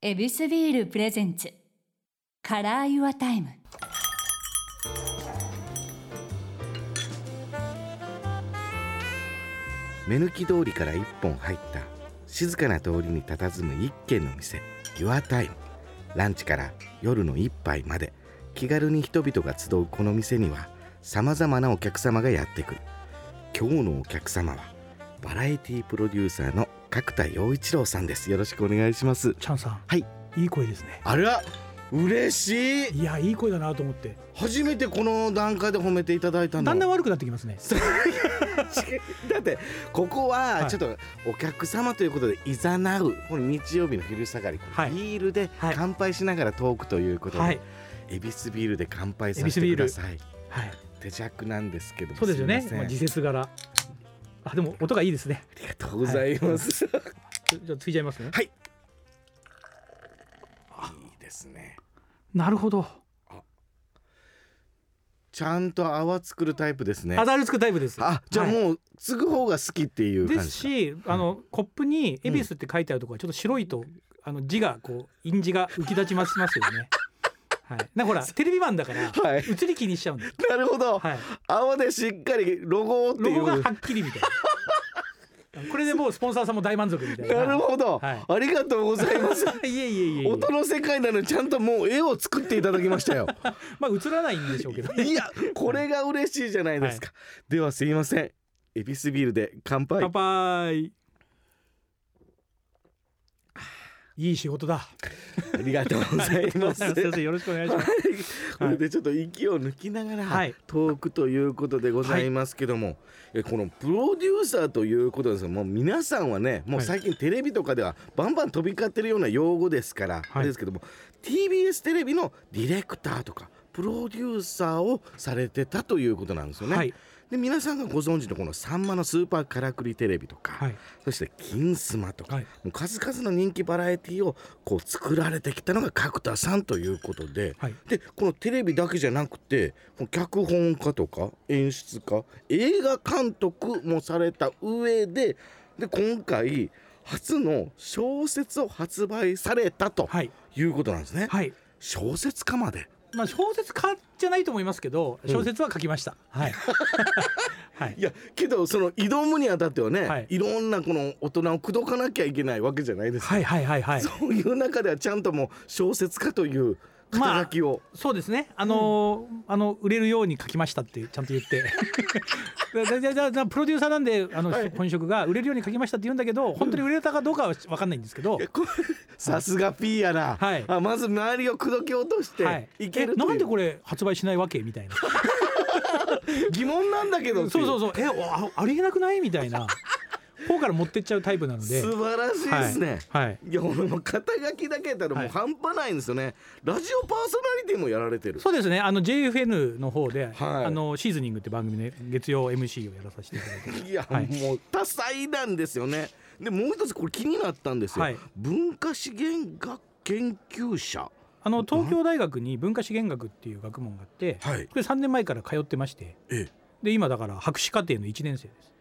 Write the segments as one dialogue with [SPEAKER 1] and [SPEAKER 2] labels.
[SPEAKER 1] エビスビールプレゼンツカラーユアタイム
[SPEAKER 2] 目抜き通りから一本入った静かな通りに佇む一軒の店 YourTime ランチから夜の一杯まで気軽に人々が集うこの店にはさまざまなお客様がやってくる今日のお客様はバラエティプロデューサーの角田陽一郎さんですよろしくお願いします
[SPEAKER 3] チャンさん、
[SPEAKER 2] はい、
[SPEAKER 3] いい声ですね。
[SPEAKER 2] あら嬉しい
[SPEAKER 3] いや、いい声だなと思って、
[SPEAKER 2] 初めてこの段階で褒めていただいた
[SPEAKER 3] だ
[SPEAKER 2] の
[SPEAKER 3] んだん悪くなってきますね。
[SPEAKER 2] だってここは
[SPEAKER 3] はい
[SPEAKER 2] ちょっとお客様ということでいざなうこの日曜日の昼下がり、
[SPEAKER 3] はい
[SPEAKER 2] ビールで
[SPEAKER 3] はい
[SPEAKER 2] 乾杯しながらトークということで、
[SPEAKER 3] はい、
[SPEAKER 2] エビスビールで乾杯さ
[SPEAKER 3] 恵比
[SPEAKER 2] せ
[SPEAKER 3] 寿
[SPEAKER 2] て
[SPEAKER 3] ビ
[SPEAKER 2] く
[SPEAKER 3] ール
[SPEAKER 2] ださい
[SPEAKER 3] はい、
[SPEAKER 2] 手酌なんですけども
[SPEAKER 3] そうですよね
[SPEAKER 2] い。ません
[SPEAKER 3] まあ、時節柄。あ、でも、音がいいですね。
[SPEAKER 2] ありがとうございます、い、
[SPEAKER 3] ちょじゃあ、ついちゃいますね。
[SPEAKER 2] はいいですね
[SPEAKER 3] なるほど。
[SPEAKER 2] ちゃんと泡作るタイプですね
[SPEAKER 3] アダルスクタイプです。
[SPEAKER 2] あじゃあ
[SPEAKER 3] はい
[SPEAKER 2] もう継ぐ方が好きっていう
[SPEAKER 3] で
[SPEAKER 2] 感じ
[SPEAKER 3] すし、あの、コップに恵比寿って書いてあるところは、ちょっと白いと、あの字が、こう、印字が浮き立ちますますよ ね。はい、なんかほら、テレビマンだから、
[SPEAKER 2] はい
[SPEAKER 3] 映り気にしちゃうんです。
[SPEAKER 2] なるほど、
[SPEAKER 3] はい、
[SPEAKER 2] 泡でしっかりロゴをって
[SPEAKER 3] ロ
[SPEAKER 2] いう
[SPEAKER 3] ゴがはっきりみたいな。これでもうスポンサーさんも大満足みたいな。
[SPEAKER 2] なるほど、
[SPEAKER 3] はい
[SPEAKER 2] ありがとうございます
[SPEAKER 3] いえいえいえいえ。
[SPEAKER 2] 音の世界なのにちゃんともう絵を作っていただきましたよ
[SPEAKER 3] まあ映らないんでしょうけどね。
[SPEAKER 2] いやこれが嬉しいじゃないですか、ではすいませんエビスビールで乾杯
[SPEAKER 3] 乾杯。いい仕事だ。
[SPEAKER 2] ありがとうございます
[SPEAKER 3] 先生よろしくお願いします。
[SPEAKER 2] これでちょっと息を抜きながら、
[SPEAKER 3] はい
[SPEAKER 2] トークということでございますけども、えこのプロデューサーということですがもう皆さんはねもう
[SPEAKER 3] はい
[SPEAKER 2] 最近テレビとかではバンバン飛び交ってるような用語ですから、あれですけども TBS テレビのディレクターとかプロデューサーをされてたということなんですよね。
[SPEAKER 3] はい
[SPEAKER 2] で皆さんがご存知のこの「さんまのスーパーからくりテレビ」とか、
[SPEAKER 3] はい
[SPEAKER 2] そして「金スマ」とか、
[SPEAKER 3] はい
[SPEAKER 2] もう数々の人気バラエティをこう作られてきたのが角田さんということで、
[SPEAKER 3] はい
[SPEAKER 2] でこのテレビだけじゃなくてこの脚本家とか演出家映画監督もされた上でで今回初の小説を発売されたと
[SPEAKER 3] はい
[SPEAKER 2] いうことなんですね。
[SPEAKER 3] はい。
[SPEAKER 2] 小説家まで
[SPEAKER 3] まあ小説家じゃないと思いますけど、小説は書きました。はい。 はい
[SPEAKER 2] い。やけどその挑むにあたってはね、
[SPEAKER 3] はいい、
[SPEAKER 2] ろんなこの大人を口説かなきゃいけないわけじゃないですか、
[SPEAKER 3] はいはいはいはい。
[SPEAKER 2] そういう中ではちゃんともう小説家という肩書きを、
[SPEAKER 3] そうですね。あのーあの売れるように書きましたってちゃんと言 って。だだだだプロデューサーなんであの、
[SPEAKER 2] はい
[SPEAKER 3] 本職が売れるように書きましたって言うんだけど、本当に売れたかどうかはわかんないんですけど。
[SPEAKER 2] えこれさすが P やな、
[SPEAKER 3] はい
[SPEAKER 2] あまず周りを口説き落としていける
[SPEAKER 3] えなん
[SPEAKER 2] れ
[SPEAKER 3] でこれ発売しないわけみたいな
[SPEAKER 2] 疑問なんだけど
[SPEAKER 3] そうそう
[SPEAKER 2] う
[SPEAKER 3] そうえおあありえなくないみた いな方から持ってっちゃうタイプなので
[SPEAKER 2] 素晴らしいですね、
[SPEAKER 3] はい、はい
[SPEAKER 2] い、や俺も肩書きだけやったらも
[SPEAKER 3] は
[SPEAKER 2] う
[SPEAKER 3] い
[SPEAKER 2] 半端ないんですよね、ラジオパーソナリティもやられてる
[SPEAKER 3] そうですねあの JFN の方で、
[SPEAKER 2] はい
[SPEAKER 3] あのシーズニングって番組で月曜 MC をやらさせていただいて
[SPEAKER 2] いや、
[SPEAKER 3] はい
[SPEAKER 2] もう多彩なんですよねでもう一つこれ気になったんですよ、
[SPEAKER 3] はい
[SPEAKER 2] 文化資源学研究者
[SPEAKER 3] あの東京大学に文化資源学っていう学問があって、
[SPEAKER 2] はい
[SPEAKER 3] これ3年前から通ってまして
[SPEAKER 2] え
[SPEAKER 3] で今だから博士課程の1年生です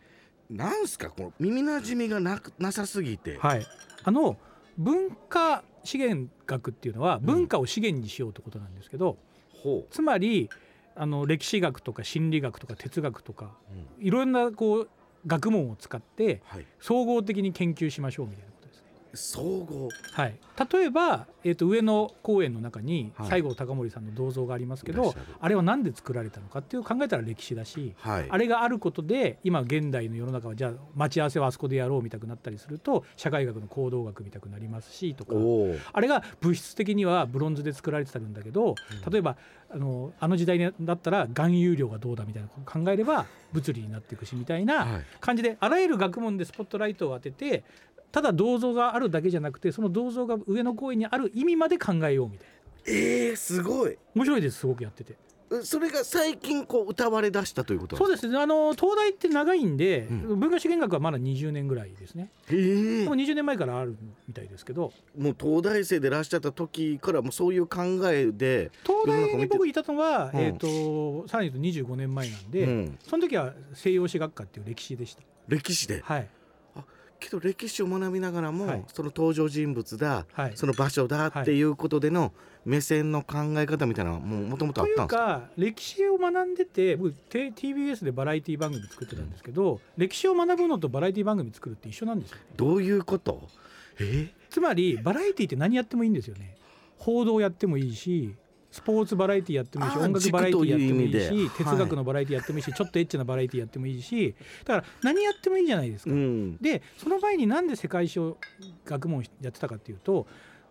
[SPEAKER 2] なんすかこの耳なじみがなくなさすぎて、
[SPEAKER 3] はい、あの文化資源学っていうのは文化を資源にしようってことなんですけど、
[SPEAKER 2] ほ
[SPEAKER 3] つまりあの歴史学とか心理学とか哲学とか
[SPEAKER 2] う、うん
[SPEAKER 3] いろんなこう学問を使って
[SPEAKER 2] はい、
[SPEAKER 3] 総合的に研究しましょうみたいなことですね。
[SPEAKER 2] 総合
[SPEAKER 3] はい、例えば、えー、と上野公園の中に
[SPEAKER 2] はい
[SPEAKER 3] 西郷隆盛さんの銅像がありますけど、
[SPEAKER 2] いらっしゃる
[SPEAKER 3] あれは何で作られたのかっていう考えたら歴史だし、
[SPEAKER 2] はい
[SPEAKER 3] あれがあることで今現代の世の中はじゃあ待ち合わせはあそこでやろうみたくなったりすると社会学の行動学みたくなりますしとか
[SPEAKER 2] おお
[SPEAKER 3] あれが物質的にはブロンズで作られてたんだけど例えばあのあの時代だったら含有量がどうだみたいなことを考えれば物理になっていくしみた
[SPEAKER 2] は
[SPEAKER 3] いない感じであらゆる学問でスポットライトを当ててただ銅像があるだけじゃなくてその銅像が上の公園にある意味まで考えようみたいな
[SPEAKER 2] えー、すごい
[SPEAKER 3] 面白いですすごくやってて。
[SPEAKER 2] えそれが最近こう歌われ出したということ
[SPEAKER 3] そう
[SPEAKER 2] う
[SPEAKER 3] ですねあの東大って長いんで、
[SPEAKER 2] う
[SPEAKER 3] 文化資源学はまだ20年ぐらいですね
[SPEAKER 2] えー
[SPEAKER 3] もう20年前からあるみたいですけど
[SPEAKER 2] もう東大生でいらっしゃった時からもうそういう考えで
[SPEAKER 3] 東大に僕
[SPEAKER 2] い
[SPEAKER 3] いたのは、
[SPEAKER 2] うん
[SPEAKER 3] えっ、とさらに言うと25年前なんで、
[SPEAKER 2] うん
[SPEAKER 3] その時は西洋史学科っていう歴史でした
[SPEAKER 2] 歴史で
[SPEAKER 3] はい
[SPEAKER 2] けど歴史を学びながらも、
[SPEAKER 3] はい
[SPEAKER 2] その登場人物だ、
[SPEAKER 3] はい
[SPEAKER 2] その場所だ
[SPEAKER 3] はい
[SPEAKER 2] っていうことでの目線の考え方みたいなのはもうもともとあ
[SPEAKER 3] と
[SPEAKER 2] っ
[SPEAKER 3] い
[SPEAKER 2] たん
[SPEAKER 3] う
[SPEAKER 2] ですか
[SPEAKER 3] か歴史を学んでて僕て TBS でバラエティ番組作ってたんですけど、歴史を学ぶのとバラエティ番組作るって一緒なんですよ
[SPEAKER 2] どういうことえ
[SPEAKER 3] つまりバラエティって何やってもいいんですよね報道やってもいいしスポーツバラエティやってもいいし
[SPEAKER 2] あー
[SPEAKER 3] 音楽バラエティやってもいい
[SPEAKER 2] 軸という意味
[SPEAKER 3] し
[SPEAKER 2] で
[SPEAKER 3] 哲学のバラエティやってもいいし、ちょっとエッチなバラエティやってもいいしだから何やってもいいじゃないですか。
[SPEAKER 2] うん
[SPEAKER 3] でその前になんで世界史を学問やってたかっていうと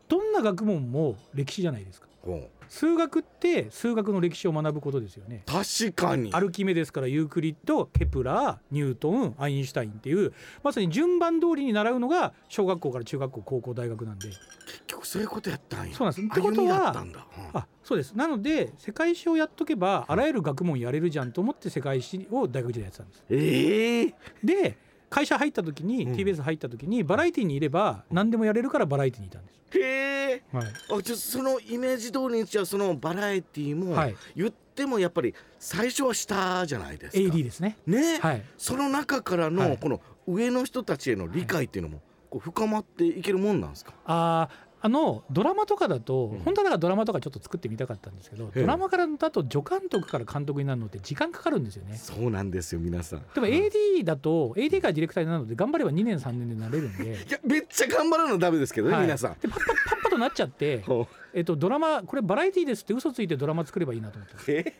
[SPEAKER 3] どんな学問も歴史じゃないですか。
[SPEAKER 2] ほう
[SPEAKER 3] 数学って数学の歴史を学ぶことですよね。
[SPEAKER 2] 確かに
[SPEAKER 3] アルキメデスからユークリッドケプラーニュートンアインシュタインっていうまさに順番通りに習うのが小学校から中学校高校大学なんで
[SPEAKER 2] 結局そういうことやったんや
[SPEAKER 3] そうなんですって
[SPEAKER 2] 歩
[SPEAKER 3] こと
[SPEAKER 2] みだった
[SPEAKER 3] は
[SPEAKER 2] んだ、うん
[SPEAKER 3] あそうですなので世界史をやっとけばあらゆる学問やれるじゃんと思って世界史を大学時代やってたんです。
[SPEAKER 2] ええ
[SPEAKER 3] で会社入った時に、
[SPEAKER 2] うん
[SPEAKER 3] TBS 入った時にバラエティにいれば何でもやれるからバラエティにいたんです。
[SPEAKER 2] へえ
[SPEAKER 3] はい
[SPEAKER 2] あじゃあそのイメージ通りにじゃあそのバラエティも、
[SPEAKER 3] はい
[SPEAKER 2] 言ってもやっぱり最初は下じゃないですか
[SPEAKER 3] AD ですね。
[SPEAKER 2] ね、
[SPEAKER 3] はい
[SPEAKER 2] その中から
[SPEAKER 3] は
[SPEAKER 2] の
[SPEAKER 3] い
[SPEAKER 2] この上の人たちへの理解っていうのもこう深まっていけるもんなんですか、
[SPEAKER 3] あーあのドラマとかだと、
[SPEAKER 2] うん
[SPEAKER 3] 本当はだからドラマとかちょっと作ってみたかったんですけど
[SPEAKER 2] ええ
[SPEAKER 3] ドラマからだと助監督から監督になるのって時間かかるんですよね。
[SPEAKER 2] そうなんですよ皆さん
[SPEAKER 3] でも
[SPEAKER 2] うんい
[SPEAKER 3] AD だと AD からディレクターになるので頑張れば2年3年でなれるんで。
[SPEAKER 2] やめっちゃ頑張るのダメですけどね、
[SPEAKER 3] はい
[SPEAKER 2] 皆さん
[SPEAKER 3] でパッパッパッパとなっちゃって、
[SPEAKER 2] ほ
[SPEAKER 3] えっと、ドラマこれバラエティーですって嘘ついてドラマ作ればいいなと思って
[SPEAKER 2] うえ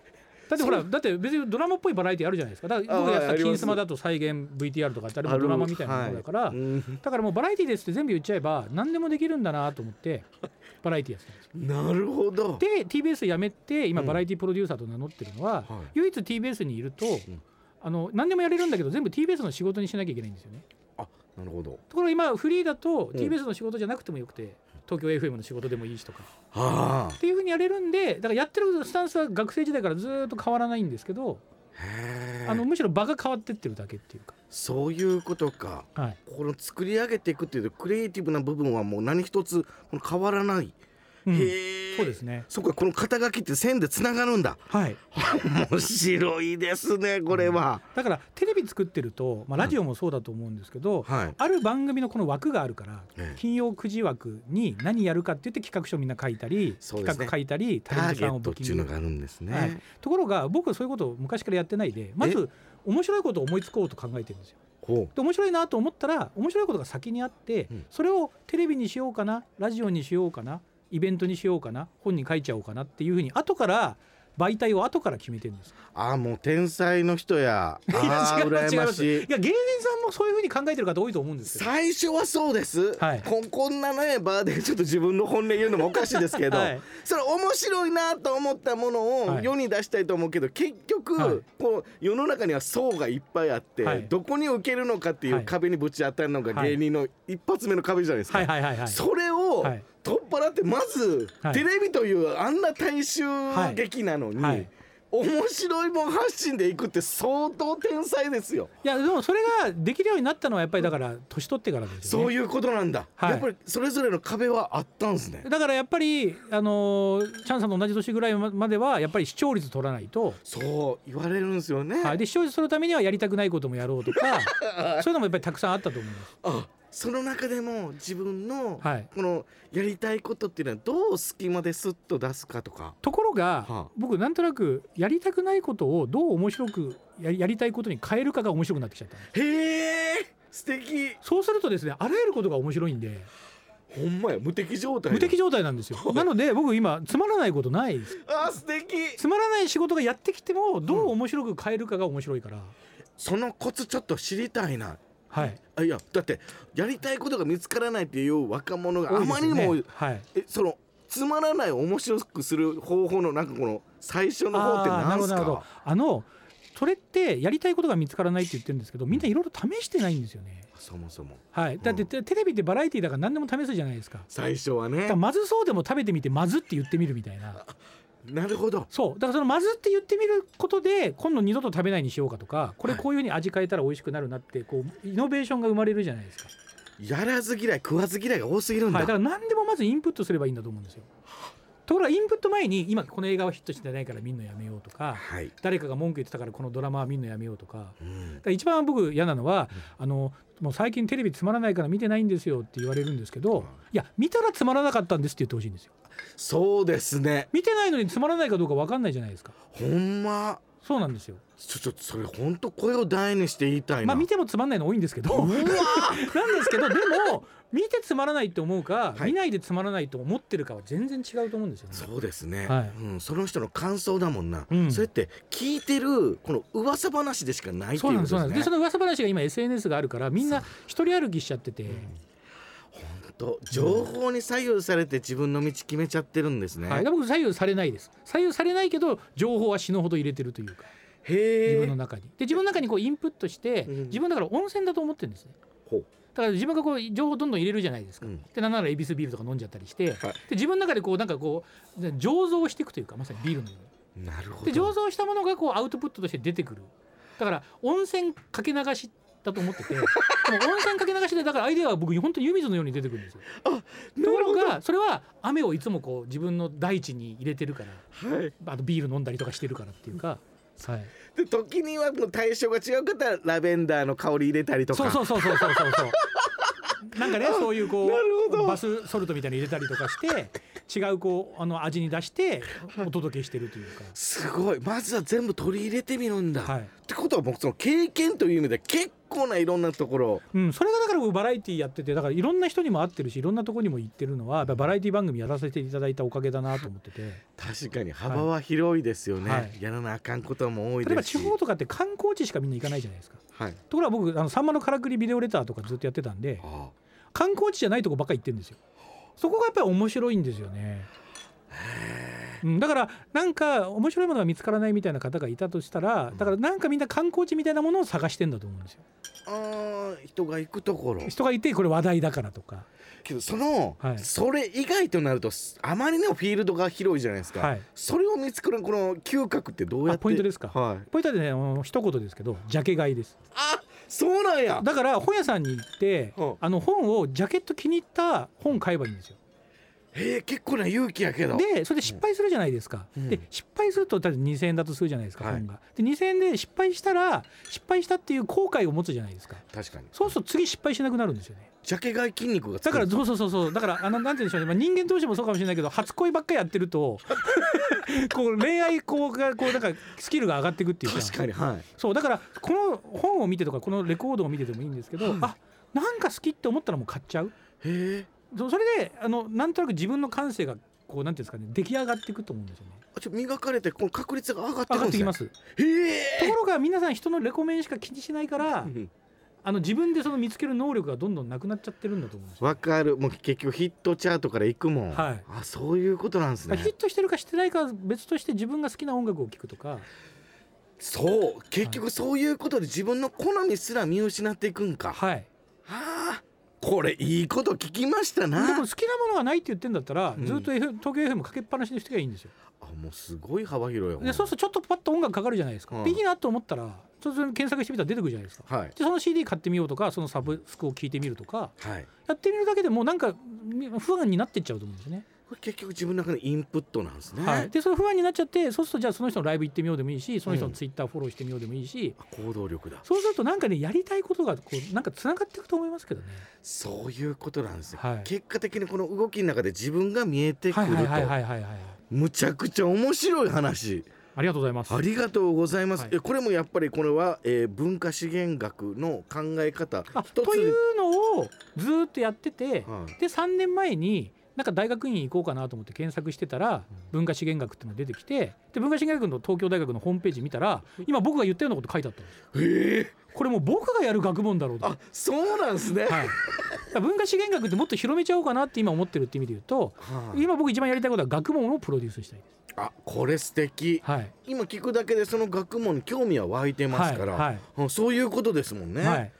[SPEAKER 3] だってほらだって別にドラマっぽいバラエティーあるじゃないですかだから僕
[SPEAKER 2] あー
[SPEAKER 3] がやって
[SPEAKER 2] あ
[SPEAKER 3] た「
[SPEAKER 2] ります
[SPEAKER 3] 金スマ」だと再現 VTR とかってあれ
[SPEAKER 2] あ
[SPEAKER 3] も
[SPEAKER 2] る
[SPEAKER 3] ドラマみたいなものだから、
[SPEAKER 2] はいうん
[SPEAKER 3] だからもうバラエティーですって全部言っちゃえば何でもできるんだなと思ってバラエティーやってたんです よ
[SPEAKER 2] なるほど
[SPEAKER 3] で TBS 辞めて今
[SPEAKER 2] うん
[SPEAKER 3] バラエティープロデューサーと名乗ってるの
[SPEAKER 2] は
[SPEAKER 3] は、
[SPEAKER 2] い
[SPEAKER 3] 唯一 TBS にいると、
[SPEAKER 2] ん
[SPEAKER 3] あの何でもやれるんだけど全部 TBS の仕事にしなきゃいけないんですよね
[SPEAKER 2] あなるほど
[SPEAKER 3] ところが今フリーだと
[SPEAKER 2] ん
[SPEAKER 3] TBS の仕事じゃなくてもよくて東京 FM の仕事でもいいしとか
[SPEAKER 2] はあ
[SPEAKER 3] っていうふうにやれるんでだからやってるスタンスは学生時代からずーっと変わらないんですけど
[SPEAKER 2] へえ
[SPEAKER 3] あのむしろ場が変わってってるだけっていうか、
[SPEAKER 2] そういうことか
[SPEAKER 3] はい、
[SPEAKER 2] この作り上げていくっていうクリエイティブな部分はもう何一つこの変わらない、
[SPEAKER 3] うん
[SPEAKER 2] へえ
[SPEAKER 3] そうですね
[SPEAKER 2] そっかこの肩書きって線でつながるんだ
[SPEAKER 3] はい、
[SPEAKER 2] 面白いですねこれは、
[SPEAKER 3] だからテレビ作ってると、まあ、ラジオもそうだと思うんですけど、
[SPEAKER 2] はい
[SPEAKER 3] ある番組のこの枠があるから、
[SPEAKER 2] ええ
[SPEAKER 3] 金曜9時枠に何やるかって言って企画書みんな書いたり、
[SPEAKER 2] そう
[SPEAKER 3] 企
[SPEAKER 2] ですね
[SPEAKER 3] 画書いたり
[SPEAKER 2] タ
[SPEAKER 3] タレ
[SPEAKER 2] ー
[SPEAKER 3] ント
[SPEAKER 2] ゲ
[SPEAKER 3] さんを
[SPEAKER 2] ットっ
[SPEAKER 3] ブッ
[SPEAKER 2] て
[SPEAKER 3] キン
[SPEAKER 2] い
[SPEAKER 3] グ
[SPEAKER 2] うのがあるんですね、
[SPEAKER 3] はいところが僕はそういうことを昔からやってないでまず面白いことを思いつこうと考えてるんですよ。
[SPEAKER 2] ほ
[SPEAKER 3] で面白いなと思ったら面白いことが先にあって、
[SPEAKER 2] うん
[SPEAKER 3] それをテレビにしようかなラジオにしようかなイベントにしようかな本に書いちゃおうかなっていうふうに後から媒体を後から決めてるんです。
[SPEAKER 2] うああもう天才の人やああ
[SPEAKER 3] いや違います
[SPEAKER 2] 羨ましい
[SPEAKER 3] いや芸人さんもそういうふうに考えてる方多いと思うんですけど。
[SPEAKER 2] 最初はそうです、
[SPEAKER 3] はい
[SPEAKER 2] ここんなね場でちょっと自分の本音言うのもおかしいですけど、
[SPEAKER 3] はい
[SPEAKER 2] それ面白いなと思ったものを
[SPEAKER 3] はい
[SPEAKER 2] 世に出したいと思うけど、結局、
[SPEAKER 3] はい
[SPEAKER 2] こう世の中には層がいっぱいあって、
[SPEAKER 3] はい
[SPEAKER 2] どこに受けるのかってい
[SPEAKER 3] は
[SPEAKER 2] う
[SPEAKER 3] い
[SPEAKER 2] 壁にぶち当たるのが
[SPEAKER 3] はい
[SPEAKER 2] 芸人の一発目の壁じゃないですか。
[SPEAKER 3] はいはいはいはい。
[SPEAKER 2] それを
[SPEAKER 3] はい
[SPEAKER 2] 取っ払ってまず、
[SPEAKER 3] はい
[SPEAKER 2] テレビというあんな大衆劇なのに、
[SPEAKER 3] はい
[SPEAKER 2] 面白いもん発信でいくって相当天才ですよ。
[SPEAKER 3] いやでもそれができるようになったのはやっぱりだから年取ってからですよね。
[SPEAKER 2] そういうことなんだ、
[SPEAKER 3] はい
[SPEAKER 2] やっぱりそれぞれの壁はあったんですね
[SPEAKER 3] だからやっぱりあのーチャンさんと同じ年ぐらいまではやっぱり視聴率取らないと。
[SPEAKER 2] そう言われるんですよね、
[SPEAKER 3] はい、で視聴率取るためにはやりたくないこともやろうと かそういうのもやっぱりたくさんあったと思います。
[SPEAKER 2] あその中でも自分の
[SPEAKER 3] はい
[SPEAKER 2] このやりたいことっていうのはどう隙間ですっと出すかとか
[SPEAKER 3] ところが、
[SPEAKER 2] はあ
[SPEAKER 3] 僕なんとなくやりたくないことをどう面白くややりたいことに変えるかが面白くなってきちゃったんです
[SPEAKER 2] へえ素敵
[SPEAKER 3] そうするとですねあらゆることが面白いんで
[SPEAKER 2] ほんまや無敵状態
[SPEAKER 3] 無敵
[SPEAKER 2] 状
[SPEAKER 3] 状態なんですよ。なので僕今つまらないことないです
[SPEAKER 2] あ素敵
[SPEAKER 3] つまらない仕事がやってきてもどう面白く変えるかが面白いから、
[SPEAKER 2] そのコツちょっと知りたいな
[SPEAKER 3] はい
[SPEAKER 2] あいやだってやりたいことが見つからないっていう若者が
[SPEAKER 3] 多
[SPEAKER 2] あ
[SPEAKER 3] いで
[SPEAKER 2] ますりに
[SPEAKER 3] よね
[SPEAKER 2] も、
[SPEAKER 3] はい
[SPEAKER 2] えそのつまらないを面白くする方法のなんかこの最初の方って
[SPEAKER 3] あーな
[SPEAKER 2] 何
[SPEAKER 3] る
[SPEAKER 2] です
[SPEAKER 3] ほどなるほど
[SPEAKER 2] か
[SPEAKER 3] あのそれってやりたいことが見つからないって言ってるんですけどみんないろいろ試してないんですよね
[SPEAKER 2] そもそも
[SPEAKER 3] はいだって
[SPEAKER 2] うん
[SPEAKER 3] テテレビってバラエティだから何でも試すじゃないですか
[SPEAKER 2] 最初は
[SPEAKER 3] だ
[SPEAKER 2] ね
[SPEAKER 3] からまずそうでも食べてみてまずって言ってみるみたいな
[SPEAKER 2] なるほど
[SPEAKER 3] そうだからそのまずって言ってみることで今度二度と食べないにしようかとかこれこういうふうに味変えたら美味しくなるなってこうイノベーションが生まれるじゃないですか、
[SPEAKER 2] やらず嫌い食わず嫌いが多すぎるんだ、
[SPEAKER 3] はい、だから何でもまずインプットすればいいんだと思うんですよところがインプット前に今この映画はヒットしてないから見んのやめようとか
[SPEAKER 2] はい、
[SPEAKER 3] 誰かが文句言ってたからこのドラマは見んのやめようとかだか
[SPEAKER 2] うん
[SPEAKER 3] ら一番僕嫌なのは、あのもう最近テレビつまらないから見てないんですよって言われるんですけど、
[SPEAKER 2] うん
[SPEAKER 3] いや見たらつまらなかったんですって言ってほしいんですよ。
[SPEAKER 2] そうですね
[SPEAKER 3] 見てないのにつまらないかどうかわかんないじゃないですか。
[SPEAKER 2] ほんま
[SPEAKER 3] そうなんですよ。
[SPEAKER 2] ちょちょそれほんと声を大にして言いたいな、
[SPEAKER 3] まあ見てもつまんないの多いんですけど
[SPEAKER 2] う
[SPEAKER 3] なん
[SPEAKER 2] わ
[SPEAKER 3] ですけどでも見てつまらないと思うか、
[SPEAKER 2] はい
[SPEAKER 3] 見ないでつまらないと思ってるかは全然違うと思うんですよね。
[SPEAKER 2] そうですね、
[SPEAKER 3] はい
[SPEAKER 2] うん、その人の感想だもんな、
[SPEAKER 3] うん
[SPEAKER 2] それって聞いてるこの噂話でしかないって
[SPEAKER 3] そ
[SPEAKER 2] いううこ
[SPEAKER 3] なん
[SPEAKER 2] とですね
[SPEAKER 3] です、そうなんです。で、その噂話が今 SNS があるから、みんな一人歩きしちゃってて、
[SPEAKER 2] と情報に左右されて自分の道決めちゃってるんですね、
[SPEAKER 3] はい、で僕左右されないです。左右されないけど、情報は死ぬほど入れてるというか、自
[SPEAKER 2] へ
[SPEAKER 3] 分
[SPEAKER 2] え
[SPEAKER 3] の中に。で、自分の中にこうインプットして、
[SPEAKER 2] うん
[SPEAKER 3] 自分だから温泉だと思ってるんですね。
[SPEAKER 2] ほう
[SPEAKER 3] だから自分がこう情報をどんどん入れるじゃないですか。
[SPEAKER 2] うん
[SPEAKER 3] で、なんなら恵比寿ビールとか飲んじゃったりし
[SPEAKER 2] は
[SPEAKER 3] て、
[SPEAKER 2] い
[SPEAKER 3] で自分の中でこうなんかこう醸造していくというか、まさにビールのように。
[SPEAKER 2] なるほ
[SPEAKER 3] で醸
[SPEAKER 2] ど
[SPEAKER 3] 造したものがこうアウトプットとして出てくるだから温泉かけ流しだと思っててでも温泉かけ流しでだからアイデアは僕本当に湯水のように出てくるんですよ。ところがそれは雨をいつもこう自分の大地に入れてるから
[SPEAKER 2] はい
[SPEAKER 3] あとビール飲んだりとかしてるからっていうか。はい、
[SPEAKER 2] で時にはもう対象が違う方はラベンダーの香り入れたりとか
[SPEAKER 3] そうそうそうそうそうそう そうなんかねそういうこ
[SPEAKER 2] なるほ
[SPEAKER 3] う
[SPEAKER 2] ど
[SPEAKER 3] バスソルトみたいに入れたりとかして違うこうあの味に出してお届けしてるというか、
[SPEAKER 2] すごいまずは全部取り入れてみるんだ、
[SPEAKER 3] は
[SPEAKER 2] っ
[SPEAKER 3] い
[SPEAKER 2] てことは僕その経験という意味で結構ないろんなところを
[SPEAKER 3] うん、それがだから僕バラエティやっててだからいろんな人にも会ってるしいろんなとこにも行ってるのはやっぱバラエティ番組やらせていただいたおかげだなと思ってて
[SPEAKER 2] 確かに幅は広いですよね、
[SPEAKER 3] はい
[SPEAKER 2] やらなあかんことも多い
[SPEAKER 3] 例え
[SPEAKER 2] で
[SPEAKER 3] ば
[SPEAKER 2] すし
[SPEAKER 3] 地方とかって観光地しかみんな行かないじゃないですか
[SPEAKER 2] はい
[SPEAKER 3] ところが僕あのさんまのからくりビデオレターとかずっとやってたんで
[SPEAKER 2] あ
[SPEAKER 3] 観光地じゃないとこばっか行ってるんですよそこがやっぱり面白いんですよね、うん、だからなんか面白いものが見つからないみたいな方がいたとしたらだからなんかみんな観光地みたいなものを探してんだと思うんですよ
[SPEAKER 2] あー人が行くところ
[SPEAKER 3] 人がいてこれ話題だからとか
[SPEAKER 2] けどその、
[SPEAKER 3] はい
[SPEAKER 2] それ以外となるとすあまりにもフィールドが広いじゃないですか、
[SPEAKER 3] はい
[SPEAKER 2] それを見つけるこの嗅覚ってどうやって
[SPEAKER 3] あポイントですか
[SPEAKER 2] はい
[SPEAKER 3] こういったねあの一言ですけどジャケ買いです
[SPEAKER 2] あそうなんや
[SPEAKER 3] だから本屋さんに行って、
[SPEAKER 2] うん
[SPEAKER 3] あの本をジャケット気に入った本買えばいいんですよ。
[SPEAKER 2] へえ結構な勇気やけど
[SPEAKER 3] でそれで失敗するじゃないですか。
[SPEAKER 2] うん
[SPEAKER 3] で失敗すると例えば2,000円だとするじゃないですか、
[SPEAKER 2] はい
[SPEAKER 3] 本が。で2,000円で失敗したら失敗したっていう後悔を持つじゃないですか。
[SPEAKER 2] 確かに
[SPEAKER 3] そうすると次失敗しなくなるんですよね。
[SPEAKER 2] ジャケ買い筋肉がつく
[SPEAKER 3] だからそうそうそうそうだからあのなんて言うんでしょうね、まあ、人間同士もそうかもしれないけど初恋ばっかりやってると こう恋愛こうがこうなんかスキルが上がっていくっていう
[SPEAKER 2] 確かにはい
[SPEAKER 3] そうだからこの本を見てとかこのレコードを見てでもいいんですけど、あなんか好きって思ったらもう買っちゃう。
[SPEAKER 2] へえ
[SPEAKER 3] そそれであのなんとなく自分の感性がこうなんていうんですかね出来上がっていくと思うんですよね
[SPEAKER 2] あちょ磨かれてこの確率が上がって
[SPEAKER 3] 上
[SPEAKER 2] るん
[SPEAKER 3] が
[SPEAKER 2] で
[SPEAKER 3] って
[SPEAKER 2] す
[SPEAKER 3] き
[SPEAKER 2] ね
[SPEAKER 3] ます
[SPEAKER 2] へえ
[SPEAKER 3] ところが皆さん人のレコメンしか気にしないからあの自分でその見つける能力がどんどんなくなっちゃってるんだと思うんですよ
[SPEAKER 2] わかるもう結局ヒットチャートから行くもん、
[SPEAKER 3] はい
[SPEAKER 2] あそういうことなんですね
[SPEAKER 3] ヒットしてるかしてないかは別として自分が好きな音楽を聴くとか
[SPEAKER 2] そう結局そういうことで自分の好みすら見失っていくんかは
[SPEAKER 3] はい
[SPEAKER 2] あこれいいこと聞きました
[SPEAKER 3] でも
[SPEAKER 2] な
[SPEAKER 3] 好きなものがないって言ってんだったら
[SPEAKER 2] うん
[SPEAKER 3] ずっと、F 東京 FM かけっぱなしにしてきゃいいんですよ
[SPEAKER 2] あもうすごい幅広いわ
[SPEAKER 3] でそうするとちょっとパッと音楽かかるじゃないですか、
[SPEAKER 2] うん
[SPEAKER 3] でいいなと思ったらちょっと検索してみたら出てくるじゃないですか
[SPEAKER 2] はい
[SPEAKER 3] でその CD 買ってみようとかそのサブスクを聴いてみるとか
[SPEAKER 2] はい
[SPEAKER 3] やってみるだけでもうなんかみ不安になってっちゃうと思うんですね。
[SPEAKER 2] これ結局自分の中のインプットなんですね、
[SPEAKER 3] はい、でそれ不安になっちゃってそうするとじゃあその人のライブ行ってみようでもいいしその人のツイッターフォローしてみようでもいいし、
[SPEAKER 2] あ行動力だ
[SPEAKER 3] そうするとなんかねやりたいことがこうなんかつながっていくと思いますけどね。
[SPEAKER 2] そういうことなんですよ、
[SPEAKER 3] はい
[SPEAKER 2] 結果的にこの動きの中で自分が見えてく
[SPEAKER 3] は
[SPEAKER 2] る
[SPEAKER 3] い
[SPEAKER 2] と、
[SPEAKER 3] はいはいはいはいはい。
[SPEAKER 2] むちゃくちゃ面白い話
[SPEAKER 3] ありがとうございます。
[SPEAKER 2] ありがとうございます、
[SPEAKER 3] はい
[SPEAKER 2] えこれもやっぱりこれは、えー文化資源学の考え方
[SPEAKER 3] あ
[SPEAKER 2] 一つ
[SPEAKER 3] というのをずーっとやってて、
[SPEAKER 2] はい
[SPEAKER 3] で3年前になんか大学院行こうかなと思って検索してたら文化資源学っていうのが出てきてで文化資源学の東京大学のホームページ見たら今僕が言ったようなこと書いてあったんですよ
[SPEAKER 2] へえ
[SPEAKER 3] これもう僕がやる学問だろうと
[SPEAKER 2] あそうなんですね、
[SPEAKER 3] はい、だから文化資源学ってもっと広めちゃおうかなって今思ってるって意味で言うと
[SPEAKER 2] はい
[SPEAKER 3] 今僕一番やりたいことは学問をプロデュースしたいです。
[SPEAKER 2] あこれ素敵
[SPEAKER 3] はい
[SPEAKER 2] 今聞くだけでその学問に興味は湧いてますから、
[SPEAKER 3] はいはい
[SPEAKER 2] うんそういうことですもんね、
[SPEAKER 3] はい